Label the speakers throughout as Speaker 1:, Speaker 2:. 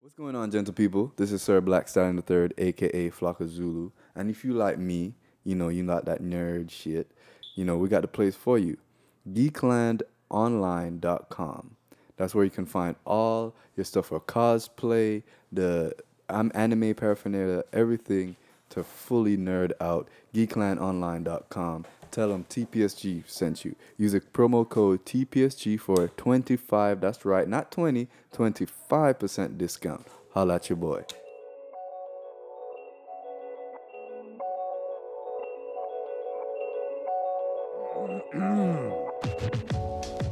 Speaker 1: What's going on, gentle people? This is Sir Blackstar in the Third, aka Flocka Zulu. And if you like me, you know, you like that nerd shit, you know, we got the place for you. Geeklandonline.com. That's where you can find all your stuff for cosplay, the um, anime paraphernalia, everything to fully nerd out. Geeklandonline.com. Tell them TPSG sent you. Use a promo code TPSG for a 25, that's right, not 20, 25% discount. Holla at your boy.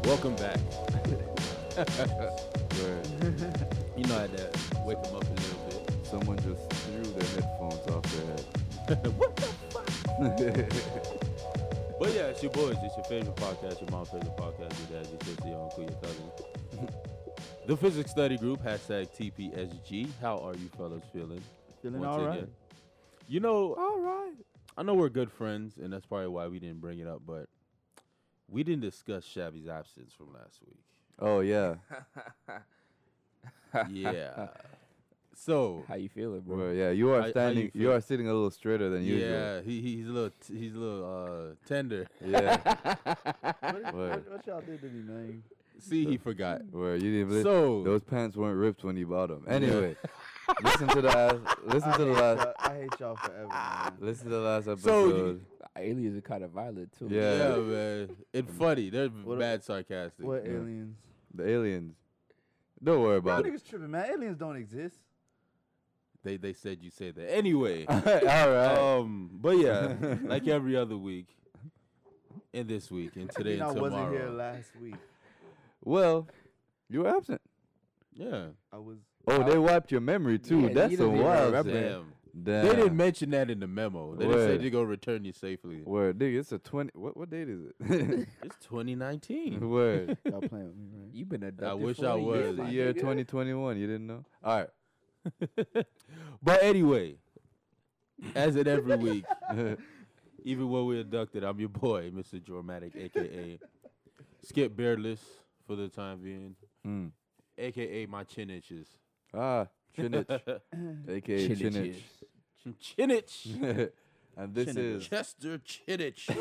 Speaker 2: Welcome back. You know I had to wake him up a little
Speaker 1: Someone just threw their headphones off their head.
Speaker 2: bit. what the fuck? but yeah, it's your boys. It's your favorite podcast, your mom's favorite podcast, your dad's, your sister, your uncle, your cousin. the Physics Study Group, hashtag TPSG. How are you fellas feeling?
Speaker 3: Feeling
Speaker 2: Once
Speaker 3: all right.
Speaker 2: again. You know,
Speaker 3: All right.
Speaker 2: I know we're good friends, and that's probably why we didn't bring it up, but we didn't discuss Shabby's absence from last week.
Speaker 1: Oh, yeah.
Speaker 2: Yeah. so
Speaker 3: How you feeling, bro?
Speaker 1: Well, yeah, you
Speaker 2: How-
Speaker 1: are
Speaker 2: how
Speaker 1: standing,
Speaker 2: you
Speaker 1: you,
Speaker 2: feel?
Speaker 1: are sitting a little straighter than usual.
Speaker 2: yeah, he, he's a little t- he's a little uh, tender.
Speaker 1: Yeah.
Speaker 3: What,
Speaker 1: Word.
Speaker 3: what, what y'all did to me, man?
Speaker 2: See, he forgot.
Speaker 1: Where you didn't believe
Speaker 2: So
Speaker 1: those pants weren't ripped when you bought them. Anyway, listen to the last, listen
Speaker 3: I
Speaker 1: to the
Speaker 3: hate
Speaker 1: last,
Speaker 3: y'all- I hate y'all forever, man.
Speaker 1: listen to the last
Speaker 2: So you-
Speaker 1: episode.
Speaker 4: aliens are kind of violent too.
Speaker 1: Yeah.
Speaker 2: yeah, man, it's funny. They're
Speaker 3: What a-
Speaker 2: bad sarcastic.
Speaker 3: What
Speaker 1: Yeah.
Speaker 3: aliens?
Speaker 1: the aliens. Don't worry
Speaker 3: Y'all
Speaker 1: about it.
Speaker 3: niggas tripping, man. Aliens don't exist.
Speaker 2: They they said you say that anyway.
Speaker 1: All right.
Speaker 2: um, but yeah, like every other week, and this week, and today
Speaker 3: You know,
Speaker 2: and
Speaker 3: I wasn't here
Speaker 2: tomorrow.
Speaker 3: last week.
Speaker 1: Well, you were absent.
Speaker 2: Yeah,
Speaker 3: I was.
Speaker 1: Oh, they wiped your memory too.
Speaker 4: Yeah,
Speaker 1: That's
Speaker 4: you
Speaker 1: a
Speaker 4: don't even
Speaker 1: wild
Speaker 4: remember
Speaker 1: shit.
Speaker 4: it.
Speaker 2: damn.
Speaker 1: Damn.
Speaker 2: They didn't mention that in the memo. They just
Speaker 1: Word.
Speaker 2: said you're gonna return you safely.
Speaker 1: Word, nigga, it's a twenty. What what date is it?
Speaker 2: It's 2019.
Speaker 1: Word,
Speaker 3: Y'all playing with me, right?
Speaker 4: You've been adopted.
Speaker 2: wish
Speaker 4: for
Speaker 2: I
Speaker 4: a year,
Speaker 2: was.
Speaker 1: the
Speaker 4: my
Speaker 1: year
Speaker 4: nigga.
Speaker 1: twenty twenty one. You didn't know? All right.
Speaker 2: but anyway, as in every week, even when we're inducted, I'm your boy, Mr. Dramatic, aka Skip Beardless for the time being,
Speaker 1: Mm.
Speaker 2: aka my chin inches.
Speaker 1: Ah, Chinich, aka Chinich,
Speaker 4: Chinniches.
Speaker 2: chin itch.
Speaker 1: and this is
Speaker 2: Chester Chinich.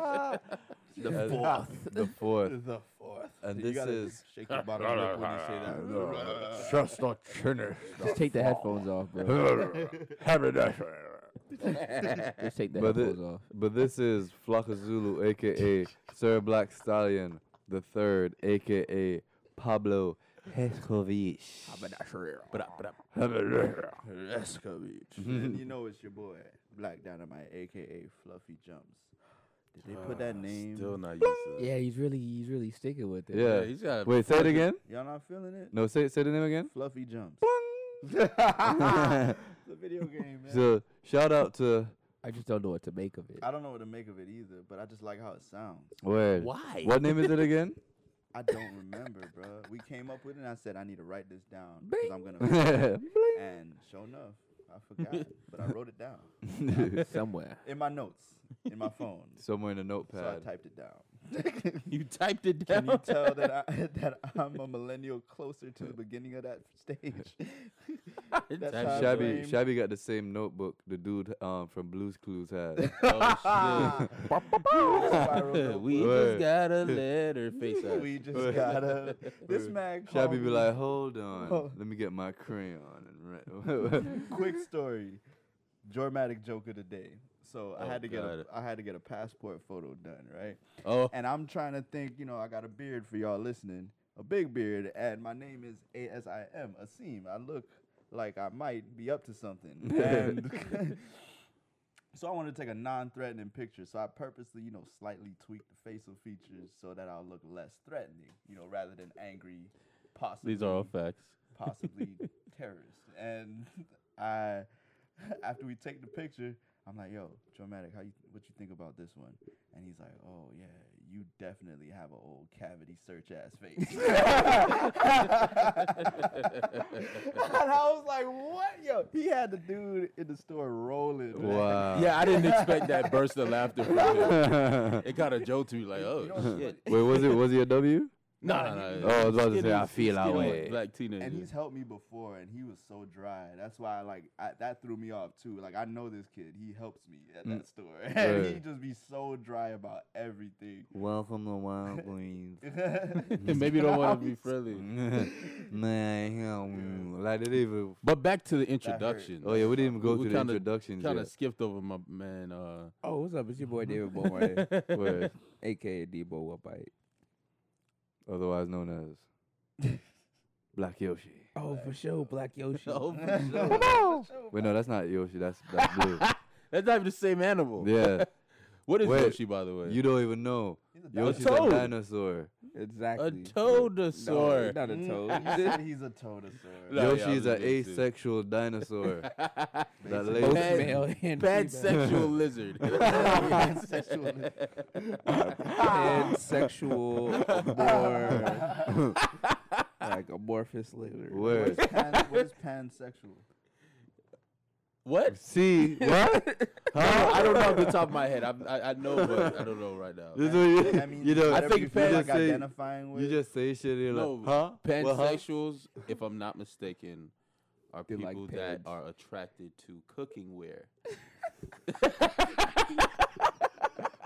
Speaker 1: uh, the fourth,
Speaker 3: The fourth.
Speaker 1: and
Speaker 3: you
Speaker 1: this
Speaker 3: gotta
Speaker 1: is
Speaker 3: shake your bottom lip when you say that.
Speaker 1: just a Chinich.
Speaker 4: Just take the headphones off, bro. Just take the
Speaker 1: But the-
Speaker 4: headphones off.
Speaker 1: But this is Flocka Zulu, aka Sir Black Stallion the Third, aka Pablo Hescovich.
Speaker 3: and you know it's your boy, Black Dynamite, aka Fluffy Jumps. Did they put
Speaker 1: Ah,
Speaker 3: that name?
Speaker 2: Ah, Still not used to that.
Speaker 4: Yeah, he's really he's really sticking with it.
Speaker 1: Yeah.
Speaker 2: he's got.
Speaker 1: Wait, say it again.
Speaker 3: Y'all not feeling it?
Speaker 1: No, say say the name again.
Speaker 3: Fluffy Jumps. it's a video game, man.
Speaker 1: So shout out to
Speaker 4: I just don't know what to make of it.
Speaker 3: I don't know what to make of it either, but I just like how it sounds.
Speaker 1: where?
Speaker 4: Why?
Speaker 1: What name is it again?
Speaker 3: I don't remember, bro. We came up with it, and I said I need to write this down because
Speaker 4: Bing.
Speaker 3: I'm gonna.
Speaker 1: Bling.
Speaker 3: and sure enough, I forgot, but I wrote it down
Speaker 4: Somewhere.
Speaker 3: in my notes in my phone,
Speaker 1: Somewhere in a
Speaker 3: so I
Speaker 1: notepad.
Speaker 3: typed it down.
Speaker 2: You typed it
Speaker 3: Can
Speaker 2: down.
Speaker 3: you tell that I that I'm a millennial closer to the beginning of that stage? That's
Speaker 2: Type
Speaker 3: how I
Speaker 1: Shabby
Speaker 3: blame-
Speaker 1: Shabby got the same notebook the dude um from Blues Clues had.
Speaker 2: Oh,
Speaker 3: Spiral
Speaker 2: shit. we
Speaker 3: notebook.
Speaker 2: just
Speaker 1: Word.
Speaker 2: got a letter face out.
Speaker 3: we just gotta. This man called
Speaker 1: Shabby be
Speaker 3: me-
Speaker 1: like, hold on,
Speaker 3: Oh.
Speaker 1: let me get my crayon and write.
Speaker 3: quick story. Dramatic joke of the day. So I
Speaker 2: Oh,
Speaker 3: had to get
Speaker 2: got
Speaker 3: a,
Speaker 2: it.
Speaker 3: I had to get a passport photo done, right?
Speaker 2: Oh,
Speaker 3: And I'm trying to think, you know, I got a beard for y'all listening, a big beard, and my name is A S I M, Asim. I look like I might be up to something. And so I wanted to take a non-threatening picture. So I purposely, you know, slightly tweaked the facial features so that I'll look less threatening, you know, rather than angry, possibly
Speaker 2: these are all facts.
Speaker 3: possibly terrorist. And I, after we take the picture, I'm like, "Yo, dramatic, how you what you think about this one?" And he's like, "Oh yeah, you definitely have an old cavity search ass face." and I was like, "What, yo?" He had the dude in the store rolling. man.
Speaker 1: wow.
Speaker 2: Yeah, I didn't expect that burst of laughter from him. It kind of jolted me like,
Speaker 3: You know
Speaker 2: oh
Speaker 3: what's
Speaker 2: shit.
Speaker 1: Wait, was it was he a W?
Speaker 2: No,
Speaker 3: Nah,
Speaker 2: no,
Speaker 3: he-
Speaker 2: no.
Speaker 4: Oh, I was about to say, I
Speaker 2: Skinny's-
Speaker 4: feel that
Speaker 2: Skinny was
Speaker 4: way.
Speaker 2: Black teenager.
Speaker 3: And he's helped me before, and he was so dry. That's why, like, I, that threw me off too. Like, I know this kid. He helps me at
Speaker 1: Mm.
Speaker 3: that store, and he
Speaker 1: Right.
Speaker 3: just be so dry about everything.
Speaker 1: Welcome to Wild Queens.
Speaker 2: Maybe don't want to be
Speaker 1: Mm-hmm.
Speaker 2: friendly.
Speaker 1: Man, um, like they didn't even.
Speaker 2: But back to the
Speaker 3: hurt.
Speaker 2: introduction.
Speaker 1: Oh yeah, we didn't even go
Speaker 2: We
Speaker 1: through the
Speaker 2: kinda-
Speaker 1: introductions
Speaker 2: Kind of
Speaker 1: yet.
Speaker 2: skipped over my man. Uh,
Speaker 4: Oh, what's up? It's your boy David Bowman,
Speaker 1: Word,
Speaker 4: aka Debo Wapite.
Speaker 1: otherwise known as Black Yoshi.
Speaker 4: Oh, for sure, Black Yoshi.
Speaker 2: oh,
Speaker 4: oh,
Speaker 2: for sure.
Speaker 1: Wait, no, that's not Yoshi. That's that's Blue.
Speaker 2: That's not even the same animal.
Speaker 1: yeah,
Speaker 2: What is
Speaker 1: Wait,
Speaker 2: Yoshi, by the way?
Speaker 1: you don't even know.
Speaker 3: He's a
Speaker 1: Yoshi's
Speaker 3: dinosaur.
Speaker 1: a
Speaker 2: toad.
Speaker 1: dinosaur.
Speaker 4: exactly.
Speaker 2: a
Speaker 4: Yeah.
Speaker 2: toadosaur.
Speaker 4: No, not a
Speaker 3: Mm,
Speaker 4: toad.
Speaker 3: You said he's a totosaur.
Speaker 2: No, yeah, I
Speaker 1: Yoshi is an
Speaker 2: was listening to-
Speaker 1: asexual dinosaur. that
Speaker 3: Basically.
Speaker 1: lady.
Speaker 4: Both
Speaker 2: Bad-
Speaker 4: male and
Speaker 2: Bad
Speaker 4: female.
Speaker 2: sexual lizard.
Speaker 4: Bad sexual, amor, like amorphous lizard.
Speaker 1: Word.
Speaker 3: Pan- what is pansexual?
Speaker 2: what?
Speaker 1: See what?
Speaker 2: Huh? I don't know off the top of my head. I'm, I, I know, but I don't know right now.
Speaker 1: This is what you,
Speaker 3: That means
Speaker 1: you know.
Speaker 2: I
Speaker 3: whatever
Speaker 2: think
Speaker 3: you feel
Speaker 2: pan-
Speaker 1: you
Speaker 3: like
Speaker 1: just say
Speaker 3: identifying with.
Speaker 1: you just say shit. And you're
Speaker 2: No,
Speaker 1: like, huh? Well, huh?
Speaker 2: Pansexuals, if I'm not mistaken, are
Speaker 4: They like
Speaker 2: people that
Speaker 4: pans.
Speaker 2: are attracted to cooking wear.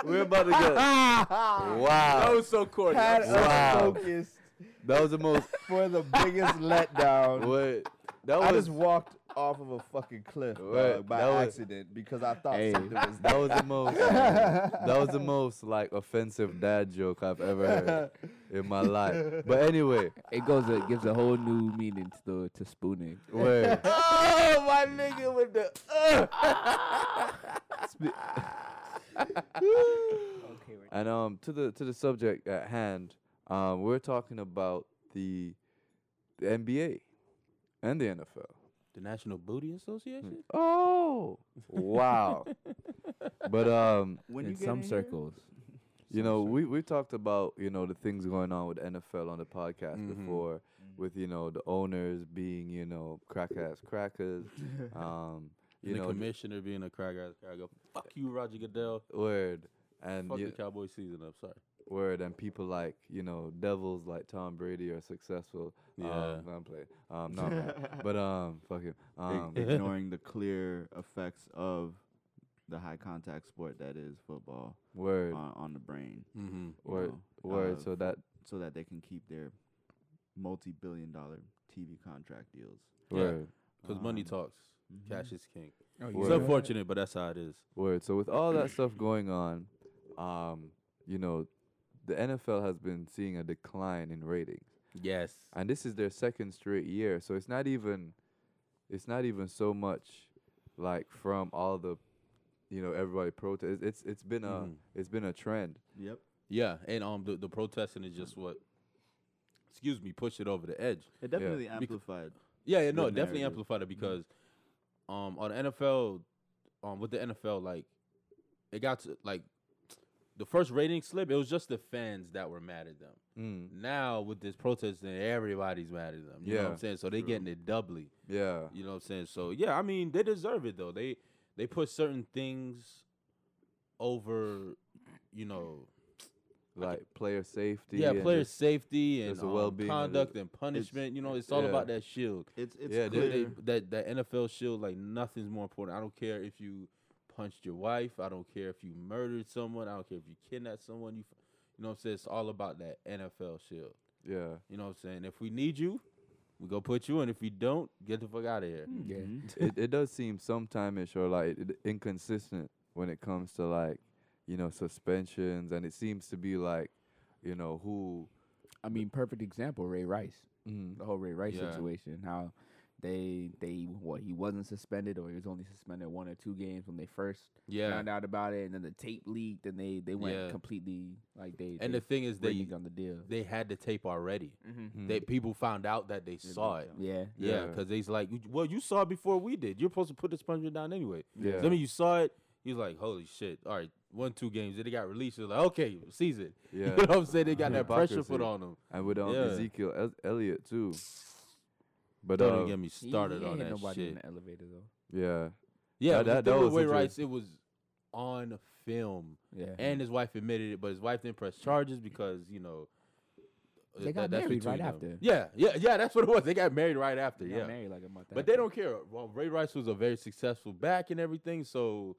Speaker 1: We're about to get. wow.
Speaker 2: That was so corny. I'm
Speaker 3: had us
Speaker 2: sorry.
Speaker 1: Ah. Wow.
Speaker 3: focused
Speaker 1: That was the most.
Speaker 3: for the biggest letdown.
Speaker 1: What? That was.
Speaker 3: I just walked off of a fucking cliff
Speaker 1: Word.
Speaker 3: dog, by
Speaker 1: That was-
Speaker 3: accident because I thought
Speaker 1: Hey,
Speaker 3: something was
Speaker 1: that was the most. that was the most like offensive dad joke I've ever heard in my life. But anyway,
Speaker 4: It goes, it gives a whole new meaning to the to spooning.
Speaker 1: wait.
Speaker 2: Oh, my nigga with the. uh.
Speaker 1: And um, to the to the subject at hand, um, we're talking about the, the NBA and the NFL.
Speaker 2: The National Booty Association?
Speaker 1: Oh, wow. but um,
Speaker 3: when
Speaker 4: in some circles.
Speaker 1: you know, we we talked about you know the things going on with NFL on the podcast before,
Speaker 2: Mm-hmm.
Speaker 1: with you know the owners being you know crack ass crackers, um, you
Speaker 2: the
Speaker 1: know j-
Speaker 2: commissioner being a crack ass crack. go, Fuck you, Roger Goodell.
Speaker 1: word and
Speaker 2: Fuck
Speaker 1: you-
Speaker 2: the Cowboy season up. Sorry.
Speaker 1: word and people like you know devils like Tom Brady are successful.
Speaker 2: Yeah.
Speaker 1: um, no, I'm playing. Um, no, I'm not. but um, fuck him. Um,
Speaker 3: ignoring the clear effects of the high contact sport that is football
Speaker 1: word,
Speaker 3: on, on the brain,
Speaker 2: Mm-hmm.
Speaker 3: you
Speaker 1: word,
Speaker 3: know,
Speaker 1: word.
Speaker 3: uh,
Speaker 1: so that
Speaker 3: so that they can keep their multi-billion-dollar TV contract deals.
Speaker 2: yeah.
Speaker 1: word,
Speaker 2: Because money
Speaker 3: Um,
Speaker 2: talks.
Speaker 1: mm-hmm.
Speaker 2: Cash is king.
Speaker 4: Oh,
Speaker 1: you
Speaker 2: It's
Speaker 1: know
Speaker 2: unfortunate, but that's how it is.
Speaker 1: word. So with all that stuff going on, um, you know, the NFL has been seeing a decline in ratings.
Speaker 2: Yes.
Speaker 1: and this is their second straight year so it's not even it's not even so much like from all the you know everybody protest it's it's, it's been a
Speaker 2: Mhm.
Speaker 1: it's been a trend
Speaker 3: Yep.
Speaker 2: Yeah, and um, the, the protesting is just what, excuse me, pushed it over the edge.
Speaker 3: It
Speaker 1: definitely
Speaker 3: definitely amplified.
Speaker 2: Yeah, yeah, no,
Speaker 3: the
Speaker 2: it definitely
Speaker 3: narrative.
Speaker 2: amplified it
Speaker 1: Mm-hmm.
Speaker 2: because um on the NFL, um with the NFL, like it got to like the first rating slip, it was just the fans that were mad at them.
Speaker 1: mm.
Speaker 2: Now with this protest, then everybody's mad at them. You know what
Speaker 1: Yeah.
Speaker 2: I'm saying? So they getting it doubly.
Speaker 1: yeah
Speaker 2: You know what I'm saying? So yeah, I mean they deserve it though. They they put certain things over, you know,
Speaker 1: like player safety
Speaker 2: yeah,
Speaker 1: and
Speaker 2: player
Speaker 1: just-
Speaker 2: safety and
Speaker 1: there's a
Speaker 2: um,
Speaker 1: well-being and
Speaker 2: conduct
Speaker 1: it-
Speaker 2: and punishment. You know, it's all
Speaker 1: yeah.
Speaker 2: about that shield.
Speaker 3: It's it's
Speaker 1: Yeah,
Speaker 2: They-
Speaker 3: clear.
Speaker 1: dude,
Speaker 2: they- that that NFL shield, like nothing's more important. I don't care if you punched your wife. I don't care if you murdered someone. I don't care if you kidnapped someone. You, f- you know what I'm saying? It's all about that NFL shield.
Speaker 1: yeah
Speaker 2: You know what I'm saying? If we need you, we go put you in. If we don't, get the fuck out of here.
Speaker 3: Mm-hmm.
Speaker 4: Yeah.
Speaker 1: it, it does seem sometime-ish or like it, inconsistent when it comes to like you know suspensions and it seems to be like you know who
Speaker 4: I mean, perfect example, Ray Rice.
Speaker 2: Mm-hmm.
Speaker 1: mm,
Speaker 4: The whole Ray Rice
Speaker 2: Yeah.
Speaker 4: situation. How they they what he wasn't suspended or he was only suspended one or two games when they first
Speaker 2: Yeah.
Speaker 4: found out about it, and then the tape leaked, and they they went
Speaker 2: Yeah.
Speaker 4: completely like they
Speaker 2: And the
Speaker 4: they
Speaker 2: thing is, they
Speaker 4: reneged on the deal.
Speaker 2: they had the tape already.
Speaker 1: mm.
Speaker 2: They people found out that Mm-hmm. they saw it.
Speaker 4: Yeah.
Speaker 2: Yeah,
Speaker 1: Yeah.
Speaker 2: because they's like, "You- well, you saw it before we did. You're supposed to put the sponge down anyway.
Speaker 1: Yeah.
Speaker 2: So, I mean, you saw it. He's like, holy shit. All right, one, two games. Then they got released. They're like, okay, season. You
Speaker 1: yeah
Speaker 2: know what I'm saying? They got that pressure put
Speaker 1: Hypocrisy.
Speaker 2: on them.
Speaker 1: and with um,
Speaker 2: Yeah.
Speaker 1: Ezekiel Ez- Elliott too. But
Speaker 2: Don't
Speaker 1: uh,
Speaker 2: even get me
Speaker 4: He-
Speaker 2: started
Speaker 4: he
Speaker 2: on
Speaker 4: ain't hit
Speaker 2: that
Speaker 4: nobody
Speaker 2: shit.
Speaker 4: in the elevator though.
Speaker 1: yeah, That-
Speaker 2: Yeah, but the
Speaker 1: that-
Speaker 2: thing
Speaker 1: that
Speaker 2: with
Speaker 1: was
Speaker 2: Ray
Speaker 1: interesting. Mm-hmm.
Speaker 2: Rice, it was on film,
Speaker 4: Yeah.
Speaker 2: and his wife admitted it, but his wife didn't press charges because you know uh,
Speaker 4: They got
Speaker 2: that's
Speaker 4: married right
Speaker 2: between them.
Speaker 4: after.
Speaker 2: Yeah, yeah, yeah. That's what it was. They got married right after.
Speaker 4: They
Speaker 2: yeah,
Speaker 4: got married like a month.
Speaker 2: but they don't care. Well, Ray Rice was a very successful back and everything, so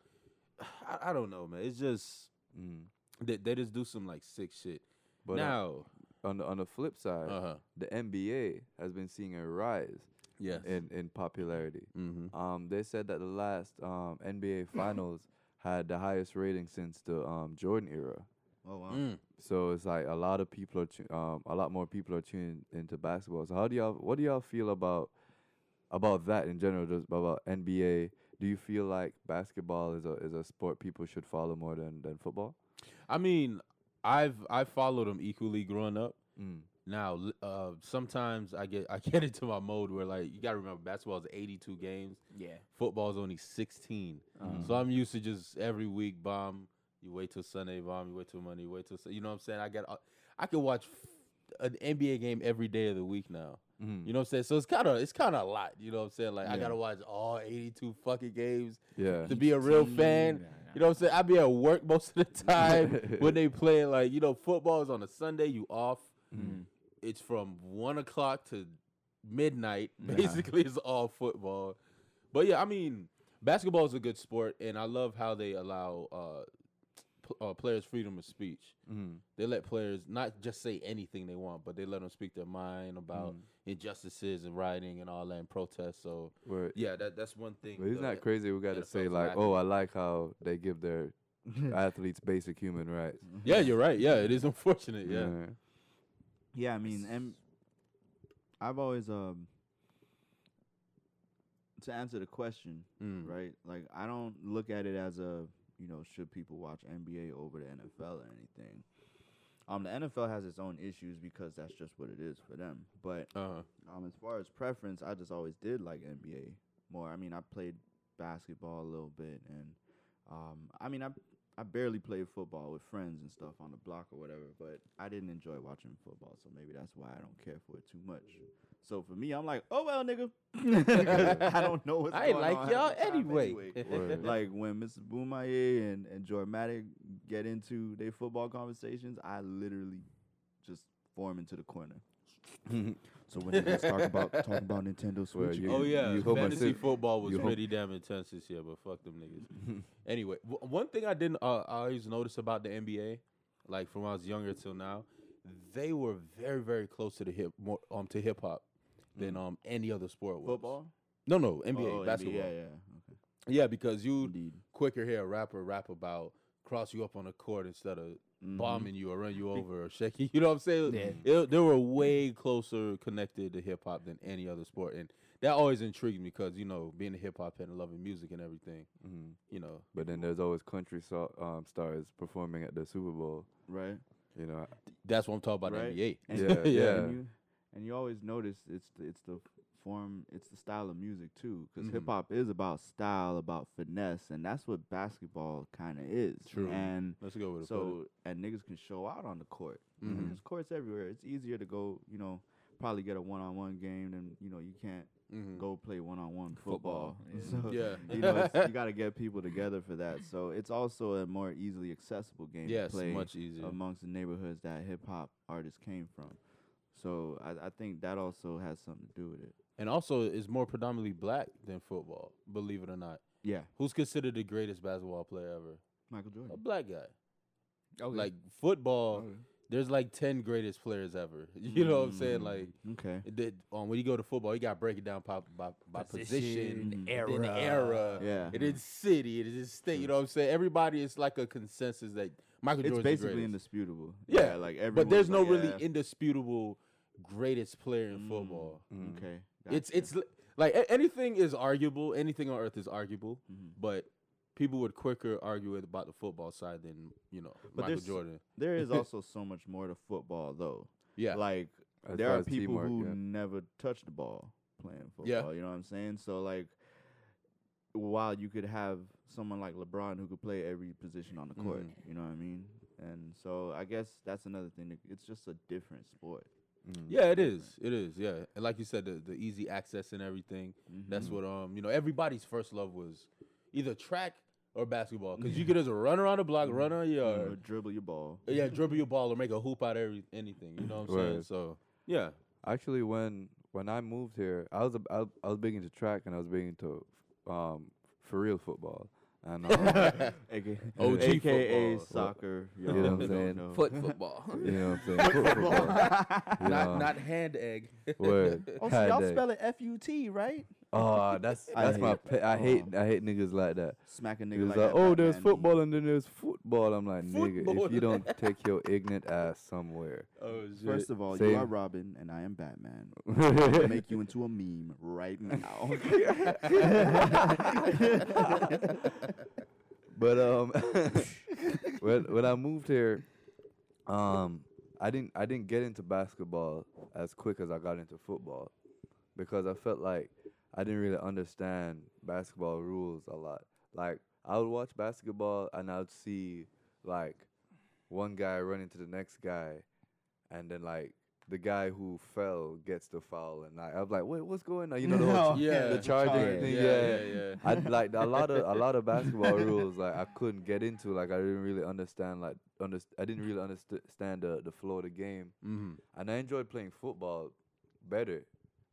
Speaker 2: I, I don't know, man. It's just
Speaker 1: Mm.
Speaker 2: they, they just do some like sick shit.
Speaker 1: But uh,
Speaker 2: now,
Speaker 1: on the on the flip side,
Speaker 2: uh huh,
Speaker 1: the NBA has been seeing a rise
Speaker 2: yes,
Speaker 1: in, in popularity.
Speaker 2: mm-hmm.
Speaker 1: Um, they said that the last um, NBA Finals had the highest rating since the um, Jordan era.
Speaker 3: Oh wow.
Speaker 2: mm.
Speaker 1: So it's like a lot of people are tu- um, a lot more people are tuning into basketball. So how do y'all what do y'all feel about about that in general? Just about NBA? Do you feel like basketball is a is a sport people should follow more than than football?
Speaker 2: I mean, I've I followed them equally growing up.
Speaker 1: Mm.
Speaker 2: Now, l- uh, sometimes I get I get into my mode where like you gotta remember basketball is 82 games,
Speaker 4: Yeah.
Speaker 2: football is only 16.
Speaker 1: Mhm.
Speaker 2: Uh, So I'm used to just every week bomb. You wait till Sunday bomb. You wait till Monday. You wait till Sun- you know what I'm saying. I get uh, I can watch f- an NBA game every day of the week now.
Speaker 1: Mm.
Speaker 2: You know what I'm saying. So it's kind of it's kind of a lot. You know what I'm saying. Like I
Speaker 1: Yeah.
Speaker 2: gotta watch all 82 fucking games
Speaker 1: Yeah.
Speaker 2: to be a real fan. You know what I'm saying? I be at work most of the time when they play like you know football is on a Sunday. You off.
Speaker 1: Mm.
Speaker 2: It's from one o'clock to midnight.
Speaker 4: Yeah.
Speaker 2: Basically, it's all football. But yeah, I mean, basketball is a good sport, and I love how they allow uh, pl- uh, players freedom of speech.
Speaker 1: Mm.
Speaker 2: They let players not just say anything they want, but they let them speak their mind
Speaker 1: Mm.
Speaker 2: about injustices and rioting and all that and protests. So
Speaker 1: Word.
Speaker 2: yeah, that that's one thing.
Speaker 1: But it's
Speaker 2: the-
Speaker 1: not crazy. We got to
Speaker 2: NFL
Speaker 1: say
Speaker 2: is
Speaker 1: like,
Speaker 2: lacking.
Speaker 1: oh, I like how they give their athletes basic human rights.
Speaker 2: Yeah, you're right. Yeah, it is unfortunate. Yeah.
Speaker 3: Yeah, I mean, and I've always um to answer the question,
Speaker 2: Mm.
Speaker 3: right? Like I don't look at it as a you know should people watch NBA over the NFL or anything. Um, the NFL has its own issues because that's just what it is for them. But
Speaker 2: Uh-huh.
Speaker 3: um, as far as preference, I just always did like NBA more. I mean, I played basketball a little bit, and um, I mean, I I barely played football with friends and stuff on the block or whatever. But I didn't enjoy watching football, so maybe that's why I don't care for it too much. So for me, I'm like, oh well, nigga, 'Cause I don't know what's
Speaker 2: I ain't
Speaker 3: going
Speaker 2: like
Speaker 3: on half
Speaker 2: y'all
Speaker 3: the time
Speaker 2: anyway.
Speaker 1: Word.
Speaker 3: like when Mrs. Boomaye and and Jormatic get into their football conversations, I literally just form into the corner. so when they guys talk about talking about Nintendo Switch,
Speaker 1: Well,
Speaker 3: again,
Speaker 1: you-
Speaker 2: oh yeah,
Speaker 1: you hope I
Speaker 2: fantasy
Speaker 1: said-
Speaker 2: football was
Speaker 1: you hope-
Speaker 2: pretty damn intense this year, but fuck them niggas. anyway, w- one thing I didn't uh, I always notice about the NBA, like from when I was younger till now, they were very very close to the hip more um to hip hop than
Speaker 1: Mm.
Speaker 2: um any other sport was.
Speaker 3: football,
Speaker 2: No, no NBA
Speaker 3: Oh,
Speaker 2: basketball.
Speaker 3: yeah, yeah, okay.
Speaker 2: Yeah, because you
Speaker 3: indeed.
Speaker 2: quicker hear a rapper rap about cross you up on the court instead of
Speaker 3: Mhm.
Speaker 2: bombing you or run you over or shaking. You know what I'm saying?
Speaker 4: Yeah.
Speaker 2: It- they were way closer connected to hip hop than any other sport, and that always intrigued me because you know being a hip hop head and loving music and everything,
Speaker 1: hmm
Speaker 2: you know.
Speaker 1: But then there's always country so- um, stars performing at the Super Bowl.
Speaker 3: right?
Speaker 1: You know,
Speaker 2: That's what I'm talking about.
Speaker 3: Right.
Speaker 2: the NBA.
Speaker 3: And
Speaker 1: Yeah,
Speaker 3: yeah,
Speaker 1: yeah.
Speaker 3: And you, and you always notice it's the, it's the form, it's the style of music too, because
Speaker 2: Mhm.
Speaker 3: hip hop is about style, about finesse, and that's what basketball kind of is.
Speaker 2: True.
Speaker 3: And
Speaker 2: Let's go with it.
Speaker 3: so and niggas can show out on the court. I mean,
Speaker 2: Mhm.
Speaker 3: There's courts everywhere. It's easier to go, you know, probably get a one on one game than you know you can't
Speaker 2: Mhm.
Speaker 3: go play one on one
Speaker 4: Football,
Speaker 3: football. So
Speaker 4: yeah.
Speaker 2: Yeah.
Speaker 3: you know it's, you got to get people together for that. So it's also a more easily accessible game
Speaker 2: yes,
Speaker 3: to play um,
Speaker 2: much easier.
Speaker 3: amongst the neighborhoods that hip hop artists came from. So I, I think that also has something to do with it.
Speaker 2: and also, it's more predominantly black than football. Believe it or not,
Speaker 3: Yeah,
Speaker 2: who's considered the greatest basketball player ever?
Speaker 3: Michael
Speaker 2: A
Speaker 3: Jordan.
Speaker 2: black guy.
Speaker 4: Okay.
Speaker 2: Like football,
Speaker 4: Okay.
Speaker 2: there's like ten greatest players ever. You know what I'm saying?
Speaker 3: Mm,
Speaker 2: Like
Speaker 3: okay,
Speaker 2: it did, um, when you go to football, you got to break it down by by, by position,
Speaker 3: Position,
Speaker 2: then era.
Speaker 3: yeah.
Speaker 2: It is city. It is state. You know what I'm saying? Everybody is like a consensus that Michael
Speaker 3: it's
Speaker 2: Jordan's the
Speaker 3: basically
Speaker 2: greatest.
Speaker 3: indisputable.
Speaker 2: Yeah,
Speaker 3: like everyone.
Speaker 2: but there's no really indisputable greatest player in
Speaker 3: Mm.
Speaker 2: football.
Speaker 1: Mm.
Speaker 3: okay.
Speaker 2: It's it's li- like a- anything is arguable. Anything on earth is arguable,
Speaker 3: Mhm.
Speaker 1: Mm-hmm.
Speaker 2: but people would quicker argue it about the football side than you know Michael
Speaker 3: there's-
Speaker 2: Jordan.
Speaker 3: There is also so much more to football, though.
Speaker 2: Yeah,
Speaker 3: Like
Speaker 1: as
Speaker 3: there
Speaker 1: far
Speaker 3: are
Speaker 1: as
Speaker 3: people
Speaker 1: teamwork,
Speaker 3: who
Speaker 1: yeah.
Speaker 3: never touch the ball playing football.
Speaker 2: Yeah.
Speaker 3: You know what I'm saying? So like, while you could have someone like LeBron who could play every position on the court,
Speaker 1: Mm-hmm.
Speaker 3: you know what I mean? And so I guess that's another thing. that- It's just a different sport.
Speaker 1: Mm.
Speaker 2: yeah, it is. It is. Yeah, and like you said, the, the
Speaker 1: Mm-hmm.
Speaker 2: easy access and everything. That's
Speaker 3: Mhm.
Speaker 2: what um you know everybody's first love was either track or basketball because you could just run around the
Speaker 1: Mm-hmm.
Speaker 2: block, run on your
Speaker 3: Or dribble your ball.
Speaker 1: Oh,
Speaker 2: yeah, dribble your ball or make a hoop out of every, anything. You know what I'm saying?
Speaker 1: Right.
Speaker 2: So yeah,
Speaker 1: Actually, when when I moved here, I was a, I, I was big into track and I was big into um for real football. And um,
Speaker 3: AKA,
Speaker 2: OG
Speaker 3: AKA
Speaker 2: football.
Speaker 3: soccer.
Speaker 1: know what I'm saying?
Speaker 4: Foot football.
Speaker 1: you know what I'm saying? Foot football. You know,
Speaker 2: not not hand egg.
Speaker 1: word.
Speaker 3: Oh, so
Speaker 1: Had
Speaker 3: y'all
Speaker 1: that.
Speaker 3: spell it F U T, right?
Speaker 1: Oh, that's
Speaker 3: I
Speaker 1: that's my
Speaker 3: hate-
Speaker 1: pe- I hate I hate niggas like that.
Speaker 3: Smack a
Speaker 1: It
Speaker 3: nigga
Speaker 1: was
Speaker 3: like,
Speaker 1: like,
Speaker 3: that.
Speaker 1: oh,
Speaker 3: back
Speaker 1: there's
Speaker 3: man.
Speaker 1: football and then there's football. I'm like, nigga, if
Speaker 2: Football.
Speaker 1: you don't take your ignorant ass somewhere,
Speaker 2: Oh shit.
Speaker 3: First of all,
Speaker 1: Same.
Speaker 3: you are Robin and I am Batman. I'll
Speaker 1: yeah,
Speaker 3: make you into a meme right now.
Speaker 1: But um, when when I moved here, um, I didn't I didn't get into basketball as quick as I got into football, because I felt like I didn't really understand basketball rules a lot. Like I would watch basketball and I would see like one guy run into the next guy, and then like the guy who fell gets the foul, and like, I was like, wait, what's going on? You know the whole
Speaker 3: No.
Speaker 1: ch-
Speaker 2: yeah,
Speaker 1: the charging
Speaker 2: charge,
Speaker 1: thing,
Speaker 2: yeah,
Speaker 1: yeah.
Speaker 2: yeah. yeah.
Speaker 1: I like a lot of a lot of basketball rules like I couldn't get into like I didn't really understand like under, I didn't really understand the the flow of the game
Speaker 2: Mm-hmm.
Speaker 1: and I enjoyed playing football better.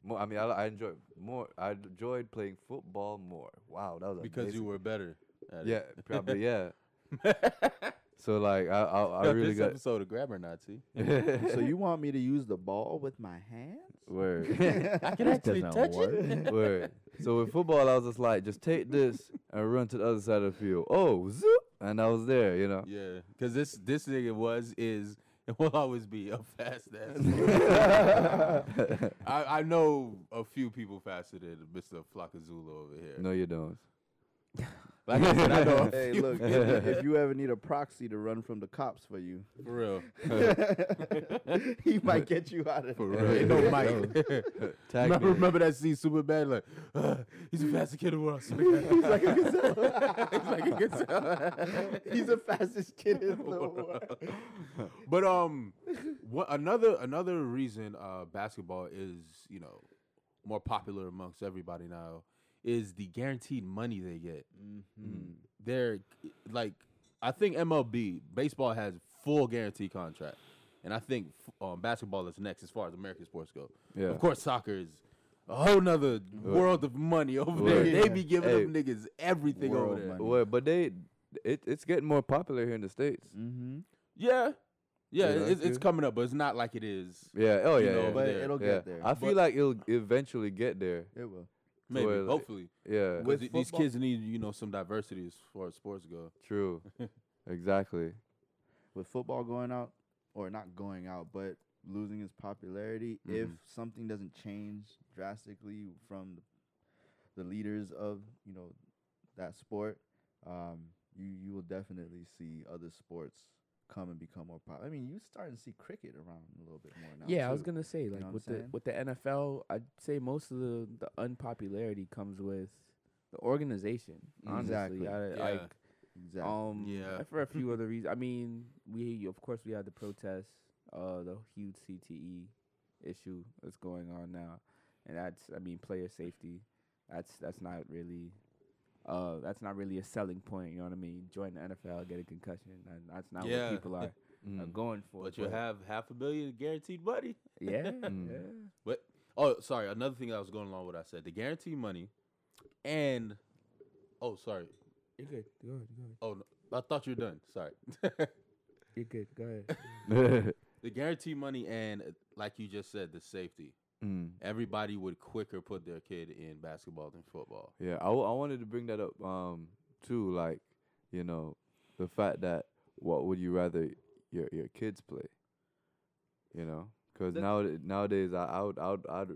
Speaker 1: More, I mean I, I enjoyed more I enjoyed playing football more. Wow, that was
Speaker 2: Because you
Speaker 1: amazing.
Speaker 2: were better. At
Speaker 1: yeah
Speaker 2: it.
Speaker 1: probably yeah. so like I I, I
Speaker 2: Yo,
Speaker 1: really
Speaker 2: this
Speaker 1: got
Speaker 2: episode of Grammar Nazi.
Speaker 3: so you want me to use the ball with my hands?
Speaker 1: word
Speaker 2: I can
Speaker 4: This doesn't work.
Speaker 1: word. So with football I was just like just take this and run to the other side of the field. Oh zoop and I was there you know.
Speaker 2: Yeah, because this this nigga was is and will always be a fast ass.
Speaker 1: no,
Speaker 2: I, I know a few people faster than Mr. Flacazula over here.
Speaker 1: you don't.
Speaker 2: Like I said, I know a
Speaker 3: Hey,
Speaker 2: few
Speaker 3: look,
Speaker 2: people-
Speaker 3: if, if you ever need a proxy to run from the cops for you,
Speaker 2: for real.
Speaker 3: he might get you out of
Speaker 2: For
Speaker 3: there.
Speaker 2: real. Ain't no Mike.
Speaker 1: Tag
Speaker 2: remember,
Speaker 1: me.
Speaker 2: remember that scene super bad? Like, "Ah, he's the fastest kid in the world. he's like a gazelle. he's like a gazelle.
Speaker 3: He's the fastest kid in the world.
Speaker 2: but um, what another another reason uh basketball is you know more popular amongst everybody now is the guaranteed money they get. Mm. They're like, I think MLB baseball has full guarantee contract, and I think f- um, basketball is next as far as American sports go.
Speaker 1: Yeah.
Speaker 2: Of course, soccer is. A whole nother world of money over there.
Speaker 1: Word.
Speaker 2: They be giving
Speaker 1: Hey.
Speaker 2: them niggas everything over
Speaker 3: World
Speaker 2: there.
Speaker 3: money.
Speaker 1: Well, but they, it, it's getting more popular here in the states.
Speaker 3: Mm-hmm.
Speaker 2: Yeah, yeah,
Speaker 1: You know,
Speaker 2: it's, it's
Speaker 1: yeah.
Speaker 2: coming up, but it's not like it is.
Speaker 1: Yeah. Oh
Speaker 2: You
Speaker 1: yeah.
Speaker 2: know,
Speaker 1: yeah.
Speaker 3: But
Speaker 2: there.
Speaker 3: it'll
Speaker 1: yeah.
Speaker 3: get there.
Speaker 1: I feel
Speaker 2: But-
Speaker 1: like it'll eventually get there.
Speaker 3: it will.
Speaker 2: Maybe,
Speaker 1: where, like,
Speaker 2: hopefully,
Speaker 1: Yeah.
Speaker 2: 'Cause
Speaker 3: with
Speaker 2: th- these
Speaker 3: football-
Speaker 2: kids need you know some diversity as far as sports go.
Speaker 1: True. exactly.
Speaker 3: With football going out, or not going out, but losing its popularity, if something doesn't change drastically from the, the leaders of you know that sport, um, you you will definitely see other sports come and become more popular. I mean, you're starting to see cricket around a little bit more now.
Speaker 4: Yeah, I was
Speaker 3: too.
Speaker 4: gonna say like
Speaker 3: know what I'm
Speaker 4: with the
Speaker 3: saying?
Speaker 4: with the NFL, I'd say most of the the unpopularity comes with the organization. Honestly,
Speaker 3: Exactly.
Speaker 4: I,
Speaker 2: Yeah.
Speaker 4: like
Speaker 3: Exactly.
Speaker 4: um,
Speaker 2: Yeah.
Speaker 4: for a few other reasons. I mean, we of course we had the protest, uh, the huge CTE issue that's going on now, and that's I mean player safety. That's that's not really. Uh, that's not really a selling point. You know what I mean? Join the NFL, get a concussion, and that's not
Speaker 2: Yeah.
Speaker 4: what people are, are
Speaker 1: Mm.
Speaker 4: going for.
Speaker 2: But you have half a billion guaranteed money.
Speaker 4: yeah,
Speaker 1: Mm.
Speaker 4: yeah.
Speaker 2: But oh, sorry, another thing I was going along with what I said the guaranteed money, and oh, sorry,
Speaker 4: You're good. Go ahead. Go ahead.
Speaker 2: oh, no, I thought you were done. Sorry,
Speaker 4: You're good. Go ahead.
Speaker 1: Mm.
Speaker 2: the guaranteed money and uh, like you just said, the safety.
Speaker 1: mm.
Speaker 2: Everybody would quicker put their kid in basketball than football.
Speaker 1: Yeah. I, w- I wanted to bring that up um too. Like you know the fact that what would you rather your your kids play? You know, because
Speaker 2: The-
Speaker 1: now nowadays I, I would I would I'd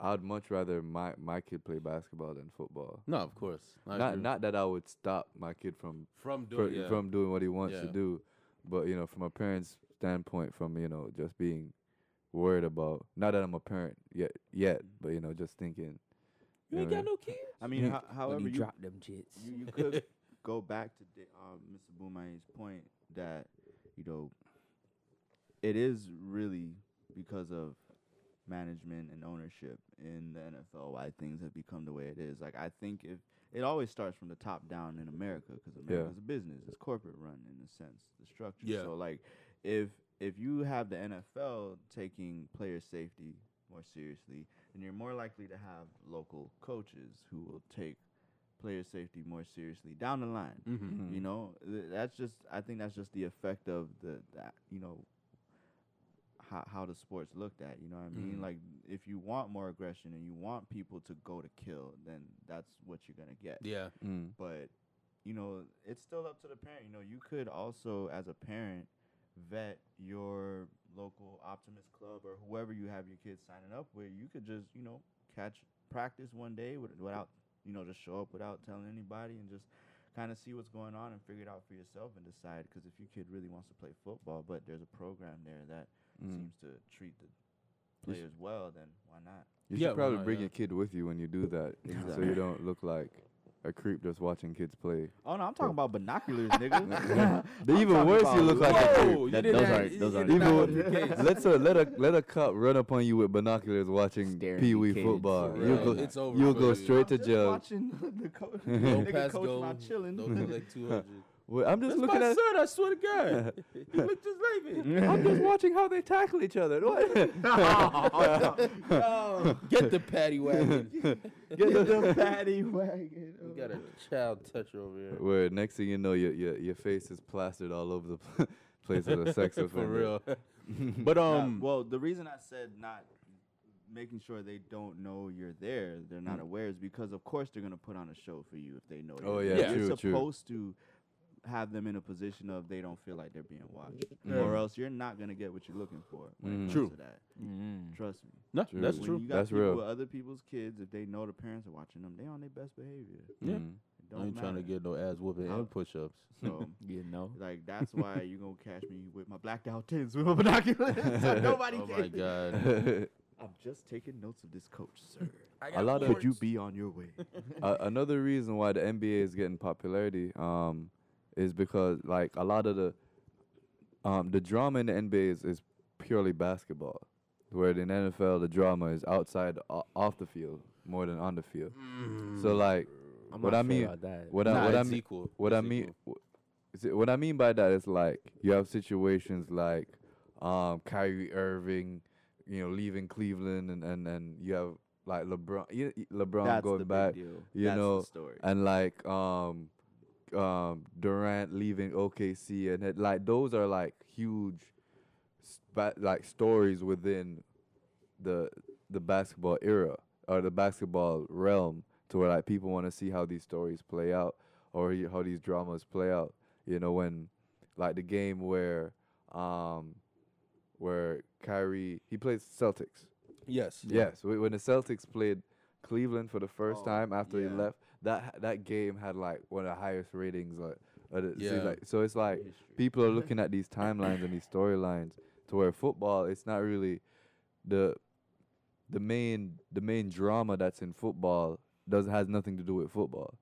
Speaker 1: I'd much rather my my kid play basketball than football.
Speaker 2: No, of course, I
Speaker 1: not
Speaker 2: agree.
Speaker 1: not that I would stop my kid from
Speaker 2: from doing
Speaker 1: from,
Speaker 2: yeah.
Speaker 1: from doing what he wants to
Speaker 2: Yeah.
Speaker 1: do, but you know, from a parent's standpoint, from you know, just being worried about not that I'm a parent yet yet, but you know, just thinking.
Speaker 2: you
Speaker 1: know
Speaker 2: ain't
Speaker 1: what I mean?
Speaker 2: got no kids.
Speaker 3: I mean, ho- however you,
Speaker 4: them jits.
Speaker 3: you, you could go back to the, um, Mr. Boumai's point that you know it is really because of management and ownership in the NFL why things have become the way it is. Like I think if it always starts from the top down in America because America's a business, it's corporate run in a sense, the structure.
Speaker 2: Yeah.
Speaker 3: So like if if you have the NFL taking player safety more seriously, then you're more likely to have local coaches who will take player safety more seriously down the line.
Speaker 2: Mm-hmm.
Speaker 1: Mm.
Speaker 3: You know, Th- that's just I think that's just the effect of the that you know how how the sport's looked at. You know what I mean?
Speaker 2: Mhm.
Speaker 3: Like if you want more aggression and you want people to go to kill, then that's what you're gonna get
Speaker 2: Yeah.
Speaker 1: Mm.
Speaker 3: but you know it's still up to the parent you know you could also as a parent vet your local optimist club or whoever you have your kids signing up with you could just you know catch practice one day with, without you know just show up without telling anybody and just kind of see what's going on and figure it out for yourself and decide because if your kid really wants to play football but there's a program there that
Speaker 1: Mm.
Speaker 3: seems to treat the players well then why not
Speaker 1: You
Speaker 2: Yeah,
Speaker 1: should
Speaker 2: why
Speaker 1: probably
Speaker 2: not,
Speaker 1: bring
Speaker 2: yeah.
Speaker 1: your kid with you when you do that, so
Speaker 3: Exactly.
Speaker 1: you don't look like a creep that's watching kids play.
Speaker 3: oh no i'm talking about binoculars nigga
Speaker 1: They even worse, you look like a creep.
Speaker 2: you
Speaker 3: That-
Speaker 2: did
Speaker 3: those
Speaker 2: not-
Speaker 3: aren't-
Speaker 2: you
Speaker 3: those
Speaker 2: did
Speaker 3: aren't
Speaker 2: not
Speaker 1: Even
Speaker 2: help the
Speaker 1: when-
Speaker 2: case.
Speaker 1: let's a, let a let a cop run up on you with binoculars watching
Speaker 4: Staring at
Speaker 1: Pee Wee
Speaker 4: kids. For
Speaker 1: football.
Speaker 4: real.
Speaker 1: You go,
Speaker 2: It's over
Speaker 1: You'll
Speaker 2: for
Speaker 1: go
Speaker 2: you.
Speaker 1: straight to
Speaker 3: I'm just
Speaker 1: jail.
Speaker 3: Watching the coach,
Speaker 2: No
Speaker 3: nigga
Speaker 2: pass
Speaker 3: coach
Speaker 2: go.
Speaker 3: while chilling.
Speaker 2: Don't collect 200.
Speaker 1: Well, I'm just
Speaker 2: That's
Speaker 1: looking
Speaker 2: my
Speaker 1: at.
Speaker 2: son, I swear to God. he looked just like me.
Speaker 1: I'm just watching how they tackle each other. What?
Speaker 2: Get the paddy wagon.
Speaker 3: Get the paddy wagon.
Speaker 2: we got a child toucher over here.
Speaker 1: Where next thing you know, your your, your face is plastered all over the pl- place of a sex offender.
Speaker 2: For real. but um,
Speaker 3: well, the reason I said not making sure they don't know you're there, they're not aware, is because of course they're gonna put on a show for you if they know.
Speaker 1: Oh,
Speaker 3: you're there.
Speaker 2: yeah,
Speaker 3: you're
Speaker 1: true, true.
Speaker 3: supposed to have them in a position of they don't feel like they're being watched, or else you're not gonna get what you're looking for. when it
Speaker 1: Mm.
Speaker 3: comes
Speaker 2: True.
Speaker 3: to that.
Speaker 4: Mm,
Speaker 3: Trust me.
Speaker 2: no,
Speaker 1: True.
Speaker 2: that's
Speaker 3: when
Speaker 2: true.
Speaker 3: You got
Speaker 1: That's
Speaker 3: people
Speaker 1: real.
Speaker 3: with other people's kids, if they know the parents are watching them, they on their best behavior.
Speaker 2: Yeah.
Speaker 1: Mhm.
Speaker 3: It
Speaker 2: I
Speaker 3: don't
Speaker 2: ain't trying to
Speaker 3: matter.
Speaker 2: get no ass whooping
Speaker 3: How-
Speaker 2: and push-ups.
Speaker 3: So
Speaker 4: You know.
Speaker 3: like that's why you gonna catch me with my blacked out tins with my binoculars. so nobody
Speaker 2: Oh
Speaker 3: can.
Speaker 2: my god.
Speaker 3: I'm just taking notes of this coach, sir.
Speaker 1: a lot of
Speaker 3: Could you be on your way?
Speaker 1: a- another reason why the NBA is getting popularity um, is because like a lot of the um, the drama in the NBA is, is purely basketball, where in NFL the drama is outside o- off the field more than on the field. So like
Speaker 4: I'm
Speaker 1: what
Speaker 4: not
Speaker 1: I
Speaker 4: sure
Speaker 1: mean-
Speaker 4: about that.
Speaker 1: what
Speaker 2: Mm. Nah,
Speaker 1: I what I
Speaker 2: it's
Speaker 1: mean
Speaker 2: equal.
Speaker 1: what I
Speaker 2: It's
Speaker 1: mean
Speaker 2: equal.
Speaker 1: wh- is it- what I mean by that is like you have situations like um, Kyrie Irving, you know, leaving Cleveland, and and, and you have like LeBron you- you- LeBron
Speaker 3: that's
Speaker 1: going
Speaker 3: the
Speaker 1: back
Speaker 3: big deal.
Speaker 1: you
Speaker 3: that's
Speaker 1: know,
Speaker 3: the story.
Speaker 1: and like um um Durant leaving OKC and it, like those are like huge s- ba- like stories within the the basketball era or the basketball realm to where like people want to see how these stories play out or y- how these dramas play out you know when like the game where um where Kyrie he plays Celtics
Speaker 2: Yes.
Speaker 1: Yes, wh- when the Celtics played Cleveland for the first
Speaker 3: Oh,
Speaker 1: time after
Speaker 3: yeah.
Speaker 1: he left, that ha- that game had like one of the highest ratings. Like, of the
Speaker 2: Yeah.
Speaker 1: season. like so it's like people are looking at these timelines and these storylines to where football it's not really the the main the main drama that's in football does has nothing to do with football.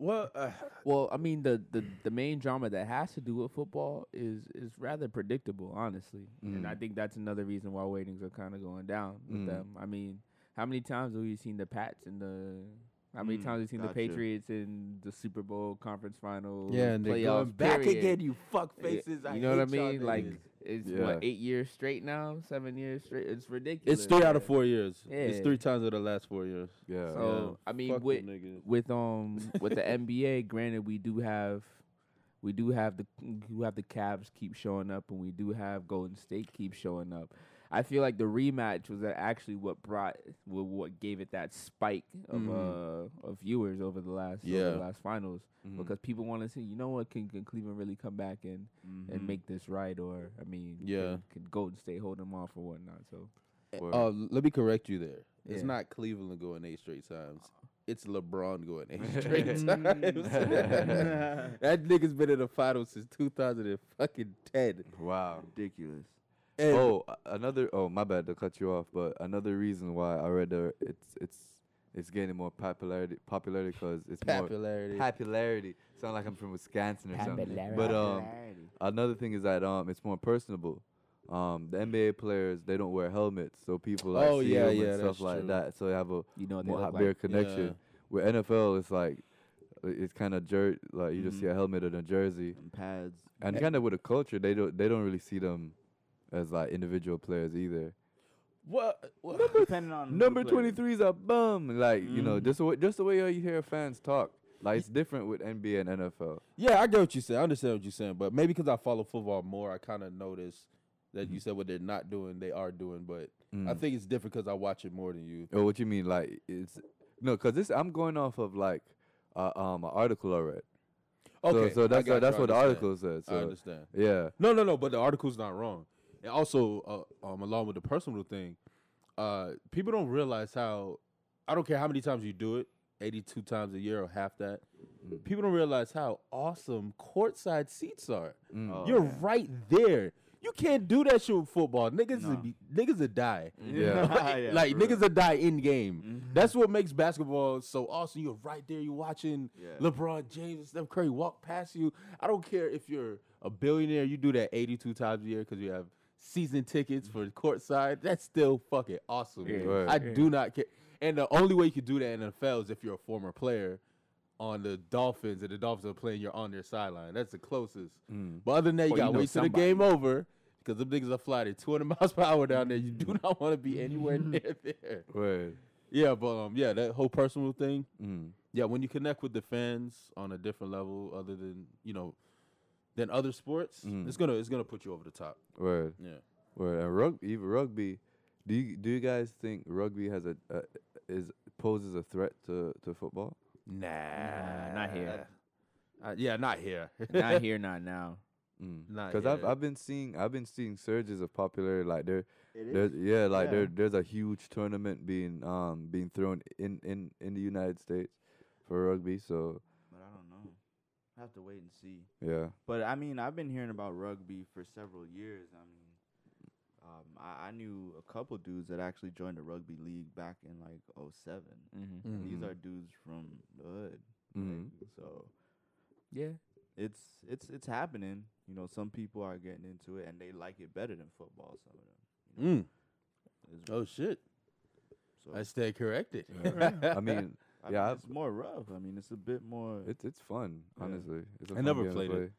Speaker 2: Well, uh,
Speaker 4: Well, I mean the, the the main drama that has to do with football is is rather predictable, honestly. And
Speaker 2: Mm.
Speaker 4: I think that's another reason why ratings are kind of going down with
Speaker 1: Mm.
Speaker 4: them. I mean, how many times have we seen the Pats and the how many
Speaker 3: Mm,
Speaker 4: times have we seen the
Speaker 3: gotcha.
Speaker 4: Patriots in the Super Bowl conference final?
Speaker 2: yeah, and they're going
Speaker 4: playoffs,
Speaker 2: back
Speaker 4: period?
Speaker 2: again. You fuck
Speaker 4: Yeah,
Speaker 2: faces. I
Speaker 4: you know what I
Speaker 2: hate y'all
Speaker 4: mean? Like
Speaker 2: niggas.
Speaker 4: it's
Speaker 1: Yeah.
Speaker 4: what eight years straight now, seven years straight. It's ridiculous.
Speaker 2: it's three out of four years. It's
Speaker 4: Yeah.
Speaker 2: three times out of the last four years.
Speaker 1: Yeah.
Speaker 4: So I mean,
Speaker 2: Fuck
Speaker 4: with
Speaker 2: them niggas.
Speaker 4: with um with the NBA, granted we do have we do have the we do have the Cavs keep showing up and we do have Golden State keep showing up. I feel like the rematch was actually what brought wa- what gave it that spike of uh of viewers over the last over
Speaker 2: Mm-hmm. Yeah. Mm-hmm.
Speaker 4: the last finals
Speaker 1: Mhm.
Speaker 4: because people want to see you know what can, can Cleveland really come back and and
Speaker 3: Mm-hmm.
Speaker 4: make this right or I mean
Speaker 2: Yeah.
Speaker 4: can, can Golden State hold them off or whatnot so
Speaker 1: Word.
Speaker 2: Uh, let me correct you there. It's
Speaker 4: Yeah.
Speaker 2: not Cleveland going eight straight times. It's LeBron going eight straight times.
Speaker 3: Mm-hmm.
Speaker 2: that nigga's been in the finals since 2010.
Speaker 1: wow.
Speaker 3: ridiculous.
Speaker 2: And
Speaker 1: oh, a- another. Oh, my bad to cut you off, but another reason why I read there it's it's it's gaining more popularity popularity because it's more
Speaker 2: popularity.
Speaker 1: popularity. Sound like I'm from Wisconsin or something. But um, another thing is that um, it's more um, personable. Um, the NBA players they don't wear helmets, so people like
Speaker 2: Oh,
Speaker 1: see
Speaker 2: yeah,
Speaker 1: them
Speaker 2: yeah,
Speaker 1: and stuff
Speaker 2: that's
Speaker 1: like
Speaker 2: true.
Speaker 1: that. So they have a
Speaker 4: You know what Oh, they
Speaker 1: more
Speaker 4: look
Speaker 1: high- bigger
Speaker 4: like.
Speaker 1: connection.
Speaker 2: Yeah.
Speaker 1: With NFL, it's like uh, it's kind of jerk. Like you just see
Speaker 2: Mm-hmm.
Speaker 3: Mhm.
Speaker 1: a helmet and a jersey,
Speaker 3: And pads.
Speaker 1: and kind of with a culture, they don't they don't really see them as like individual players either.
Speaker 2: What? what?
Speaker 3: Depending on who the
Speaker 1: Number
Speaker 3: player is.
Speaker 1: twenty three is a bum. Like you know,
Speaker 2: Mm.
Speaker 3: Mhm.
Speaker 1: just the way, just the way you hear fans talk. Like it's different with NBA and NFL.
Speaker 2: Yeah, I get what you said. I understand what you're saying, but maybe because I follow football more, I kind of notice that you said what they're not doing, they are doing. But I
Speaker 1: Mm-hmm. Mm.
Speaker 2: think it's different because I watch it more than you.
Speaker 1: Or Oh, what you mean? Like it's no, cause this I'm going off of like uh, um an article I read.
Speaker 2: Okay,
Speaker 1: so, so
Speaker 2: I
Speaker 1: that's
Speaker 2: got
Speaker 1: what,
Speaker 2: you,
Speaker 1: that's
Speaker 2: I
Speaker 1: what the
Speaker 2: understand.
Speaker 1: article says.
Speaker 2: I
Speaker 1: So
Speaker 2: understand.
Speaker 1: yeah,
Speaker 2: No, no, no. But the article's not wrong. And also, uh, um, along with the personal thing, uh, people don't realize how. I don't care how many times you do it, eighty-two times a year or half that.
Speaker 1: Mm.
Speaker 2: People don't realize how awesome courtside seats are.
Speaker 1: Mm.
Speaker 3: Oh,
Speaker 2: You're
Speaker 3: yeah.
Speaker 2: right there. You can't do that shit with football. Niggas,
Speaker 3: Nah.
Speaker 2: would be, niggas would die.
Speaker 1: Yeah.
Speaker 2: like,
Speaker 3: Yeah,
Speaker 2: like,
Speaker 3: for real. Mm.
Speaker 2: niggas will die in game. That's what makes basketball so awesome. You're right there. You're watching
Speaker 3: Yeah.
Speaker 2: LeBron James and Steph Curry walk past you. I don't care if you're a billionaire. You do that 82 times a year because you have season tickets for courtside. That's still fucking awesome.
Speaker 4: Yeah.
Speaker 1: Right.
Speaker 2: I do not care. And the only way you could do that in NFL is if you're a former player on the Dolphins and the Dolphins are playing. You're on their sideline. That's the closest.
Speaker 1: Mm.
Speaker 2: But other than that, you
Speaker 4: Or you
Speaker 2: gotta
Speaker 4: know
Speaker 2: wait till the
Speaker 4: somebody.
Speaker 2: game over because them niggas are flying at 200 miles per hour down there. You do not want to be anywhere near there.
Speaker 1: Word.
Speaker 2: Yeah, but um, yeah, that whole personal thing.
Speaker 1: Mm.
Speaker 2: Yeah, when you connect with the fans on a different level, other than you know, than other sports,
Speaker 1: Mm.
Speaker 2: it's gonna it's gonna put you over the top.
Speaker 1: Word.
Speaker 2: Mm-hmm. Yeah.
Speaker 1: Word. And rugby, even rugby. Do you do you guys think rugby has a, a is poses a threat to to football?
Speaker 2: Nah,
Speaker 4: not here.
Speaker 2: Uh, yeah, not here.
Speaker 4: not here, not now.
Speaker 2: Not
Speaker 1: Because Mm. I've
Speaker 2: yet.
Speaker 1: I've been seeing I've been seeing surges of popularity. Like there
Speaker 3: It
Speaker 1: there's yeah like there
Speaker 3: Yeah.
Speaker 1: there's a huge tournament being um being thrown in in in the United States for rugby. So
Speaker 3: But I don't know. I have to wait and see.
Speaker 1: yeah.
Speaker 3: But I mean, I've been hearing about rugby for several years. I mean, um, I, I knew a couple dudes that actually joined a rugby league back in like '07.
Speaker 4: Mm-hmm.
Speaker 3: And These
Speaker 2: Mhm.
Speaker 3: are dudes from the hood,
Speaker 1: Mm.
Speaker 3: like, so
Speaker 4: Yeah.
Speaker 3: it's it's it's happening. You know, some people are getting into it and they like it better than football. Some of them. You know,
Speaker 2: Mm.
Speaker 3: It's-
Speaker 2: Oh shit!
Speaker 3: so
Speaker 2: I stay corrected.
Speaker 1: I mean
Speaker 3: I mean,
Speaker 1: yeah, I've-
Speaker 3: it's more rough. I mean, it's a bit more.
Speaker 1: it's it's fun
Speaker 3: Yeah.
Speaker 1: honestly. It's a
Speaker 2: I
Speaker 1: fun
Speaker 2: never
Speaker 1: game to
Speaker 2: played it.
Speaker 1: play.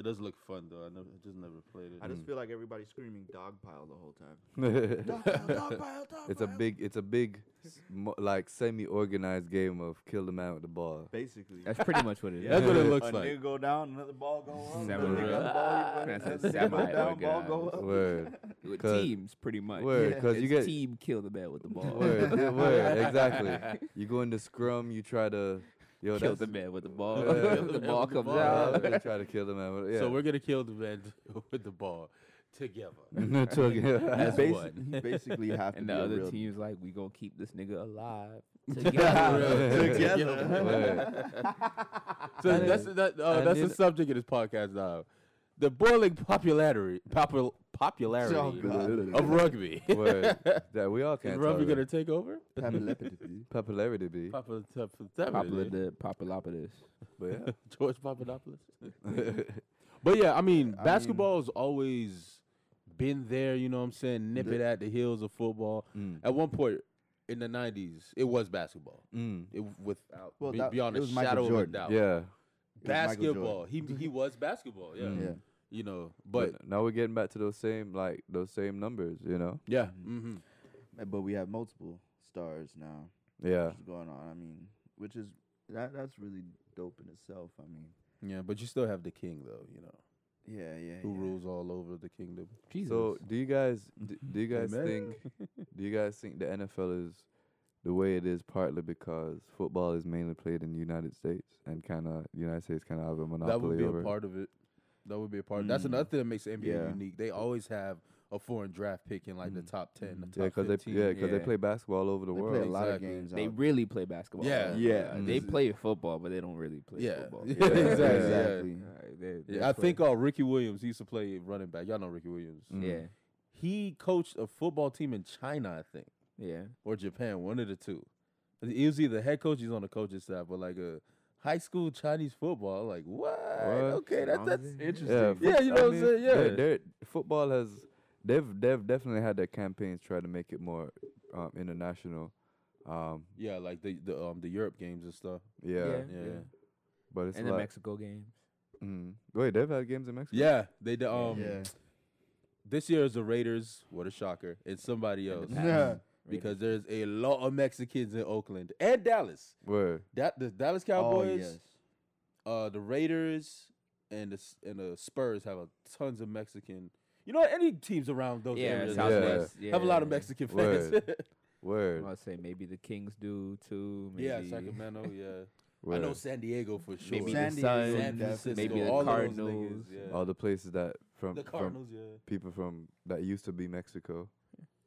Speaker 2: it does look fun though. I never I just never played it.
Speaker 3: I just feel like everybody's screaming dog pile the whole time.
Speaker 1: it's a big, it's a big, s- mo- like semi-organized game of kill the man with the ball.
Speaker 3: Basically,
Speaker 4: That's pretty much what it is.
Speaker 3: Yeah.
Speaker 2: That's what it
Speaker 1: A
Speaker 2: looks
Speaker 3: a
Speaker 2: like.
Speaker 3: nigga go down, another ball go up. another
Speaker 4: Semi-
Speaker 3: nigga got the ball, he run,
Speaker 4: That's a
Speaker 3: another nigga go down, ball go
Speaker 4: semi-organized.
Speaker 3: up.
Speaker 1: Word,
Speaker 4: With
Speaker 1: 'Cause-
Speaker 4: teams, pretty much.
Speaker 1: word, because you
Speaker 4: It's
Speaker 1: get
Speaker 4: team kill the bat with the ball.
Speaker 1: word, yeah, word, exactly. You go into scrum, you try to, yo,
Speaker 4: kill
Speaker 1: that's-
Speaker 4: the bat with the ball.
Speaker 1: Yeah.
Speaker 4: the ball comes
Speaker 2: ball.
Speaker 1: yeah,
Speaker 4: out.
Speaker 1: they try to kill the man. With, yeah.
Speaker 2: So we're gonna kill the man with the ball together.
Speaker 1: we're
Speaker 2: That's
Speaker 3: Basi-
Speaker 2: one.
Speaker 3: he basically have to
Speaker 4: And
Speaker 3: be
Speaker 4: the
Speaker 3: a
Speaker 4: other
Speaker 3: real-
Speaker 4: team's like, we gonna keep this nigga alive.
Speaker 1: Together.
Speaker 2: Together. so
Speaker 1: And
Speaker 2: that's
Speaker 1: it-
Speaker 2: that, uh,
Speaker 1: and
Speaker 2: that's the
Speaker 1: it-
Speaker 2: subject of this podcast now. The boiling popularity popul- popularity
Speaker 3: Oh, God.
Speaker 2: of rugby.
Speaker 1: word. That we all
Speaker 2: Is
Speaker 1: can't.
Speaker 2: rugby
Speaker 1: tolerate.
Speaker 2: gonna take over?
Speaker 1: popularity be,
Speaker 2: Papa,
Speaker 4: Popular the Papalopoulos.
Speaker 1: but yeah.
Speaker 2: eh? George Papadopoulos. But yeah, I mean,
Speaker 3: I
Speaker 2: basketball's always been there. You know what I'm saying? Nip
Speaker 3: The-
Speaker 2: it at the heels of football.
Speaker 1: Mm,
Speaker 2: At one point in the '90s, it was basketball.
Speaker 1: mm,
Speaker 2: It, without
Speaker 3: Well,
Speaker 2: be-
Speaker 3: that-
Speaker 2: beyond
Speaker 3: it
Speaker 2: a
Speaker 3: was Michael
Speaker 2: shadow of a
Speaker 3: Jordan.
Speaker 2: doubt.
Speaker 1: yeah.
Speaker 3: Michael Jordan.
Speaker 2: basketball. He he was basketball. Yeah.
Speaker 1: Mm.
Speaker 3: Yeah.
Speaker 2: You know, but
Speaker 1: now we're getting back to those same like those same numbers. You know.
Speaker 2: yeah. Mm-hmm.
Speaker 3: Uh, But we have multiple stars now.
Speaker 1: Yeah.
Speaker 3: What's going on? I mean, which is that that's really dope in itself. I mean,
Speaker 2: Yeah, but you still have the king though, you know,
Speaker 3: yeah, yeah.
Speaker 2: who
Speaker 3: yeah.
Speaker 2: rules all over the kingdom.
Speaker 4: Jesus.
Speaker 1: So do you guys d- do you guys
Speaker 2: Amen.
Speaker 1: think do you guys think the NFL is the way it is partly because football is mainly played in the United States and kind of the United States kind of have a monopoly
Speaker 2: That would be
Speaker 1: over.
Speaker 2: a part of it. That would be a part. That's
Speaker 3: Mm.
Speaker 2: another thing that makes the NBA
Speaker 3: Yeah.
Speaker 2: unique. They always have a foreign draft pick in like the
Speaker 1: Mm.
Speaker 2: top ten, the
Speaker 1: yeah,
Speaker 2: top
Speaker 1: because they
Speaker 2: fifteen.
Speaker 1: yeah, 'cause they
Speaker 4: yeah.
Speaker 1: play basketball all over the
Speaker 3: They
Speaker 1: world.
Speaker 3: play a lot of
Speaker 2: Exactly.
Speaker 3: games.
Speaker 4: they
Speaker 3: out.
Speaker 4: really play basketball.
Speaker 2: Yeah.
Speaker 4: though.
Speaker 3: Yeah.
Speaker 4: Like, they
Speaker 1: Mhm.
Speaker 4: play football, but they don't really play
Speaker 2: Yeah.
Speaker 4: football.
Speaker 2: Yeah,
Speaker 3: Yeah,
Speaker 2: exactly, yeah.
Speaker 3: exactly.
Speaker 4: Like, they-
Speaker 2: Yeah,
Speaker 4: they
Speaker 2: I
Speaker 4: play-
Speaker 2: think uh, Ricky Williams he used to play running back. Y'all know Ricky Williams.
Speaker 1: Mm.
Speaker 4: Yeah.
Speaker 2: He coached a football team in China, I think,
Speaker 4: Yeah.
Speaker 2: or Japan, one of the two. He was either head coach, he's on the coaching staff, but like a high school Chinese football. Like what?
Speaker 1: What?
Speaker 2: Okay, that, that's
Speaker 3: Interesting.
Speaker 1: Yeah,
Speaker 2: Yeah, you know what I'm saying?
Speaker 1: they're-
Speaker 2: Yeah.
Speaker 1: they're- football has They've they've definitely had their campaigns try to make it more um, international. Um,
Speaker 2: Yeah, like the the um the Europe games and stuff.
Speaker 1: yeah,
Speaker 4: Yeah.
Speaker 2: Yeah,
Speaker 1: but it's
Speaker 4: and the
Speaker 1: like
Speaker 4: Mexico games.
Speaker 1: mm, wait, they've had games in Mexico.
Speaker 2: yeah. They the um
Speaker 3: yeah.
Speaker 2: this year is the Raiders. What a shocker! It's somebody else
Speaker 4: Pats.
Speaker 3: Yeah.
Speaker 2: because there's a lot of Mexicans in Oakland and Dallas.
Speaker 1: Where?
Speaker 2: That the Dallas
Speaker 3: Oh,
Speaker 2: Cowboys,
Speaker 3: yes.
Speaker 2: uh, the Raiders, and the S- and the Spurs have a tons of Mexican. You know, any teams around those
Speaker 4: yeah,
Speaker 2: areas
Speaker 1: Southwest,
Speaker 2: have-
Speaker 1: Southwest,
Speaker 2: have a lot of Mexican fans.
Speaker 4: I
Speaker 1: Word.
Speaker 4: want to say maybe the Kings do too. Maybe,
Speaker 2: yeah, Sacramento. Yeah, I
Speaker 1: Word.
Speaker 2: know San Diego for sure.
Speaker 4: Maybe
Speaker 3: San
Speaker 4: the
Speaker 3: Diego,
Speaker 4: Suns,
Speaker 2: San Francisco,
Speaker 4: maybe the
Speaker 2: all of those
Speaker 4: Cardinals.
Speaker 2: niggas, yeah.
Speaker 1: All the places that from,
Speaker 2: the
Speaker 1: from
Speaker 2: Cardinals, yeah.
Speaker 1: people from that used to be Mexico.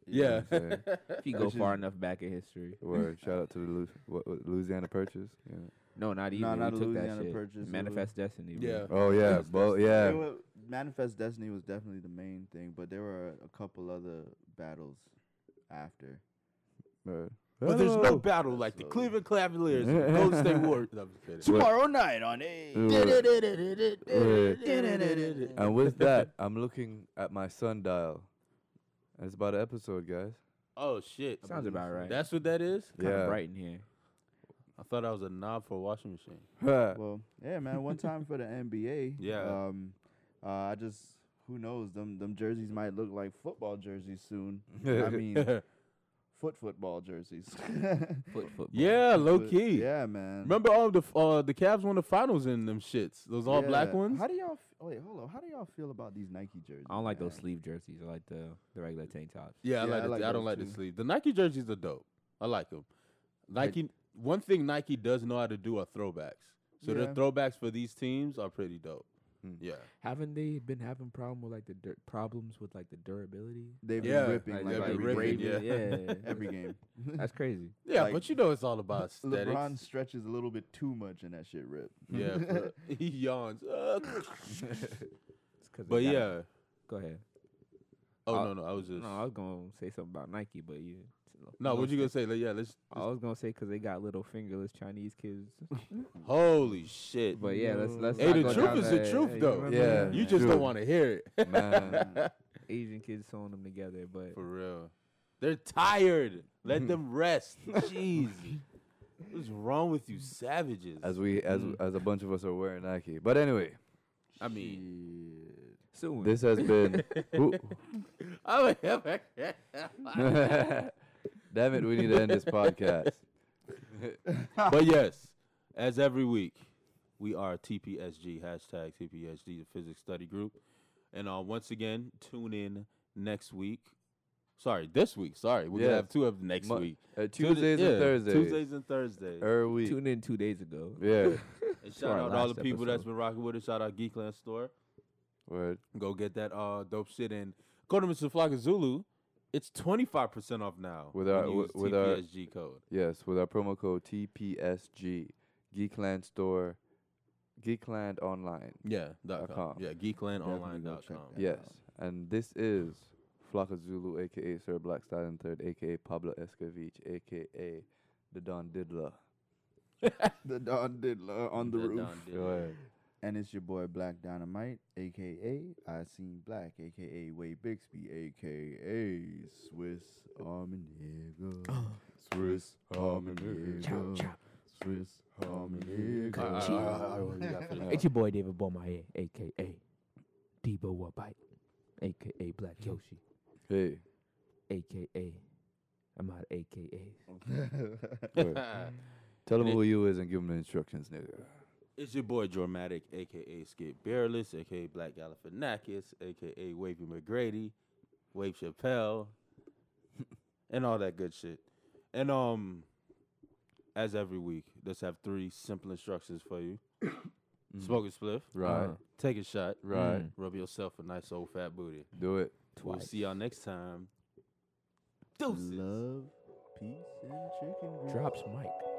Speaker 2: Yeah.
Speaker 1: You know what I'm saying?
Speaker 4: If you
Speaker 3: That
Speaker 4: go
Speaker 3: shit
Speaker 4: far
Speaker 3: is-
Speaker 4: enough back in history,
Speaker 1: Word. Shout out to the Lu- what, what, Louisiana Purchase. Yeah.
Speaker 4: no, not even.
Speaker 3: Nah,
Speaker 4: we
Speaker 3: not a
Speaker 4: took that
Speaker 3: Louisiana
Speaker 4: shit.
Speaker 3: purchase, it was-
Speaker 4: Manifest destiny. bro.
Speaker 2: Yeah.
Speaker 1: Oh yeah,
Speaker 2: That's-
Speaker 1: well
Speaker 2: that's-
Speaker 3: They
Speaker 1: yeah.
Speaker 3: were- Manifest Destiny was definitely the main thing, but there were a couple other battles after.
Speaker 1: Word.
Speaker 2: But there's no
Speaker 1: Oh.
Speaker 2: battle like the
Speaker 3: So-
Speaker 2: Cleveland Cavaliers, and Golden State Warriors. No, I'm just kidding.
Speaker 3: night on A.
Speaker 1: Wait. Oh. And with that, I'm looking at my sundial. And It's about an episode, guys.
Speaker 2: Oh shit!
Speaker 4: Sounds about right.
Speaker 2: That's what that is.
Speaker 4: kind of
Speaker 1: yeah.
Speaker 4: bright in here.
Speaker 2: I thought I was a knob for a washing machine.
Speaker 3: Well, yeah, man. One time for the NBA.
Speaker 2: Yeah.
Speaker 3: Um, uh, I just who knows them them jerseys might look like football jerseys soon. I mean, foot football jerseys.
Speaker 4: Foot football.
Speaker 2: yeah, low
Speaker 3: But,
Speaker 2: key.
Speaker 3: Yeah, man.
Speaker 2: Remember all the f- uh, the Cavs won the finals in them shits. Those all black
Speaker 3: Yeah.
Speaker 2: ones.
Speaker 3: How do y'all? F- oh, wait, hold on. How do y'all feel about these Nike jerseys?
Speaker 4: I don't like those
Speaker 3: man?
Speaker 4: sleeve jerseys. I like the the regular tank tops.
Speaker 2: yeah, I
Speaker 3: Yeah,
Speaker 2: like.
Speaker 3: I
Speaker 2: the,
Speaker 3: like
Speaker 2: I don't
Speaker 3: those
Speaker 2: like the
Speaker 3: too.
Speaker 2: sleeve. The Nike jerseys are dope. I like them. Nike. one thing Nike does know how to do are throwbacks. So the
Speaker 3: Yeah. Hmm.
Speaker 2: throwbacks for these teams are pretty dope.
Speaker 1: Mm.
Speaker 2: Yeah.
Speaker 4: Haven't they been having problem with like the dur- problems with like the durability?
Speaker 3: They've
Speaker 2: Yeah.
Speaker 3: been ripping
Speaker 4: Like,
Speaker 3: like,
Speaker 2: they've been
Speaker 3: every,
Speaker 2: ripping,
Speaker 3: game.
Speaker 2: yeah.
Speaker 3: every game.
Speaker 4: That's crazy.
Speaker 2: Yeah,
Speaker 3: Like,
Speaker 2: but you know it's all about aesthetics.
Speaker 3: LeBron stretches a little bit too much, and that shit rip.
Speaker 2: Yeah, for- he yawns. Uh,
Speaker 4: It's 'cause they
Speaker 2: but
Speaker 4: got-
Speaker 2: yeah.
Speaker 4: Go ahead.
Speaker 2: Oh
Speaker 4: Uh,
Speaker 2: no, no, I was just
Speaker 4: No, I was gonna say something about Nike, but you.
Speaker 2: no. What you
Speaker 4: go?
Speaker 2: gonna say? Like, yeah, let's.
Speaker 4: I was gonna say 'cause they got little fingerless Chinese kids,
Speaker 2: Holy shit!
Speaker 4: but yeah, let's let's.
Speaker 2: Hey,
Speaker 4: not
Speaker 2: the
Speaker 4: go
Speaker 2: truth
Speaker 4: down
Speaker 2: is the
Speaker 4: that-
Speaker 2: truth,
Speaker 4: hey,
Speaker 2: though.
Speaker 4: remember
Speaker 1: Yeah.
Speaker 4: that?
Speaker 2: you just
Speaker 1: Dude.
Speaker 2: don't want to hear it
Speaker 1: Man.
Speaker 4: Asian kids sewing them together, but
Speaker 2: for real. They're tired. Let them rest. Jeez, what's wrong with you, savages?
Speaker 1: As we as
Speaker 2: Mm.
Speaker 1: as a bunch of us are wearing Nike. But anyway,
Speaker 2: I mean,
Speaker 4: soon.
Speaker 1: this has been Who-
Speaker 2: I'm a-
Speaker 1: Damn it, we need to end this podcast.
Speaker 2: but yes, as every week, we are TPSG hashtag TPSG the Physics Study Group, and uh, once again, tune in next week. Sorry, this week. Sorry, we're gonna
Speaker 1: Yes.
Speaker 2: have two of next
Speaker 1: Mo-
Speaker 2: week.
Speaker 1: Uh,
Speaker 2: Tuesday-
Speaker 1: Tuesdays
Speaker 2: yeah,
Speaker 1: and Thursdays.
Speaker 2: Tuesdays and Thursdays.
Speaker 1: Er week.
Speaker 4: Tune in two days ago.
Speaker 1: Yeah.
Speaker 2: And
Speaker 4: To our
Speaker 2: shout out all the
Speaker 4: last
Speaker 2: people that's
Speaker 4: episode.
Speaker 2: been rocking with us. Shout out Geekland Store.
Speaker 1: Word.
Speaker 2: Go get that uh dope shit and go to Mr. Flocka Zulu. It's twenty five percent off now
Speaker 1: With our-
Speaker 2: when you use
Speaker 1: with our-
Speaker 2: TPSG code.
Speaker 1: Yes, with our promo code TPSG, Geekland Store, Geekland Online.
Speaker 2: Yeah, dot
Speaker 1: Dot
Speaker 2: com.
Speaker 1: com.
Speaker 2: Yeah, geeklandonline.com.
Speaker 3: Definitely go check that
Speaker 1: Yes,
Speaker 3: out.
Speaker 1: and this is Flocka Zulu, aka Sir Black Stallion Third, aka Pablo Escovich, aka the Don Diddler.
Speaker 3: The Don Diddler on the,
Speaker 2: That
Speaker 3: roof.
Speaker 2: Don did.
Speaker 1: Word.
Speaker 3: And it's your boy Black Dynamite, aka I Seen Black, aka Wade Bixby, aka Swiss Army Nigga. Swiss Army Nigga. Swiss Army
Speaker 2: All right, all right, all right, all right, we
Speaker 3: Nigga.
Speaker 2: got
Speaker 1: Yeah.
Speaker 2: finished.
Speaker 4: It's your boy David Bomaye, aka Debo Wabite, aka Black Yoshi,
Speaker 1: Hey,
Speaker 4: aka I'm out of AKAs.
Speaker 1: word. tell him who you is and give him the instructions, nigga.
Speaker 2: It's your boy Dramatic, aka Skip Bearless, aka Black Galifianakis, aka Wavy McGrady, Wave Chappelle, and all that good shit. And um, as every week, let's have three simple instructions for you: smoke a spliff,
Speaker 1: Right,
Speaker 4: Uh,
Speaker 2: take a shot,
Speaker 1: right.
Speaker 4: Mm.
Speaker 2: rub yourself a nice old fat booty.
Speaker 1: Do it.
Speaker 2: We'll
Speaker 4: Twice.
Speaker 2: see y'all next time. Deuces.
Speaker 3: Love, peace, and chicken. grease.
Speaker 4: Drops Mike.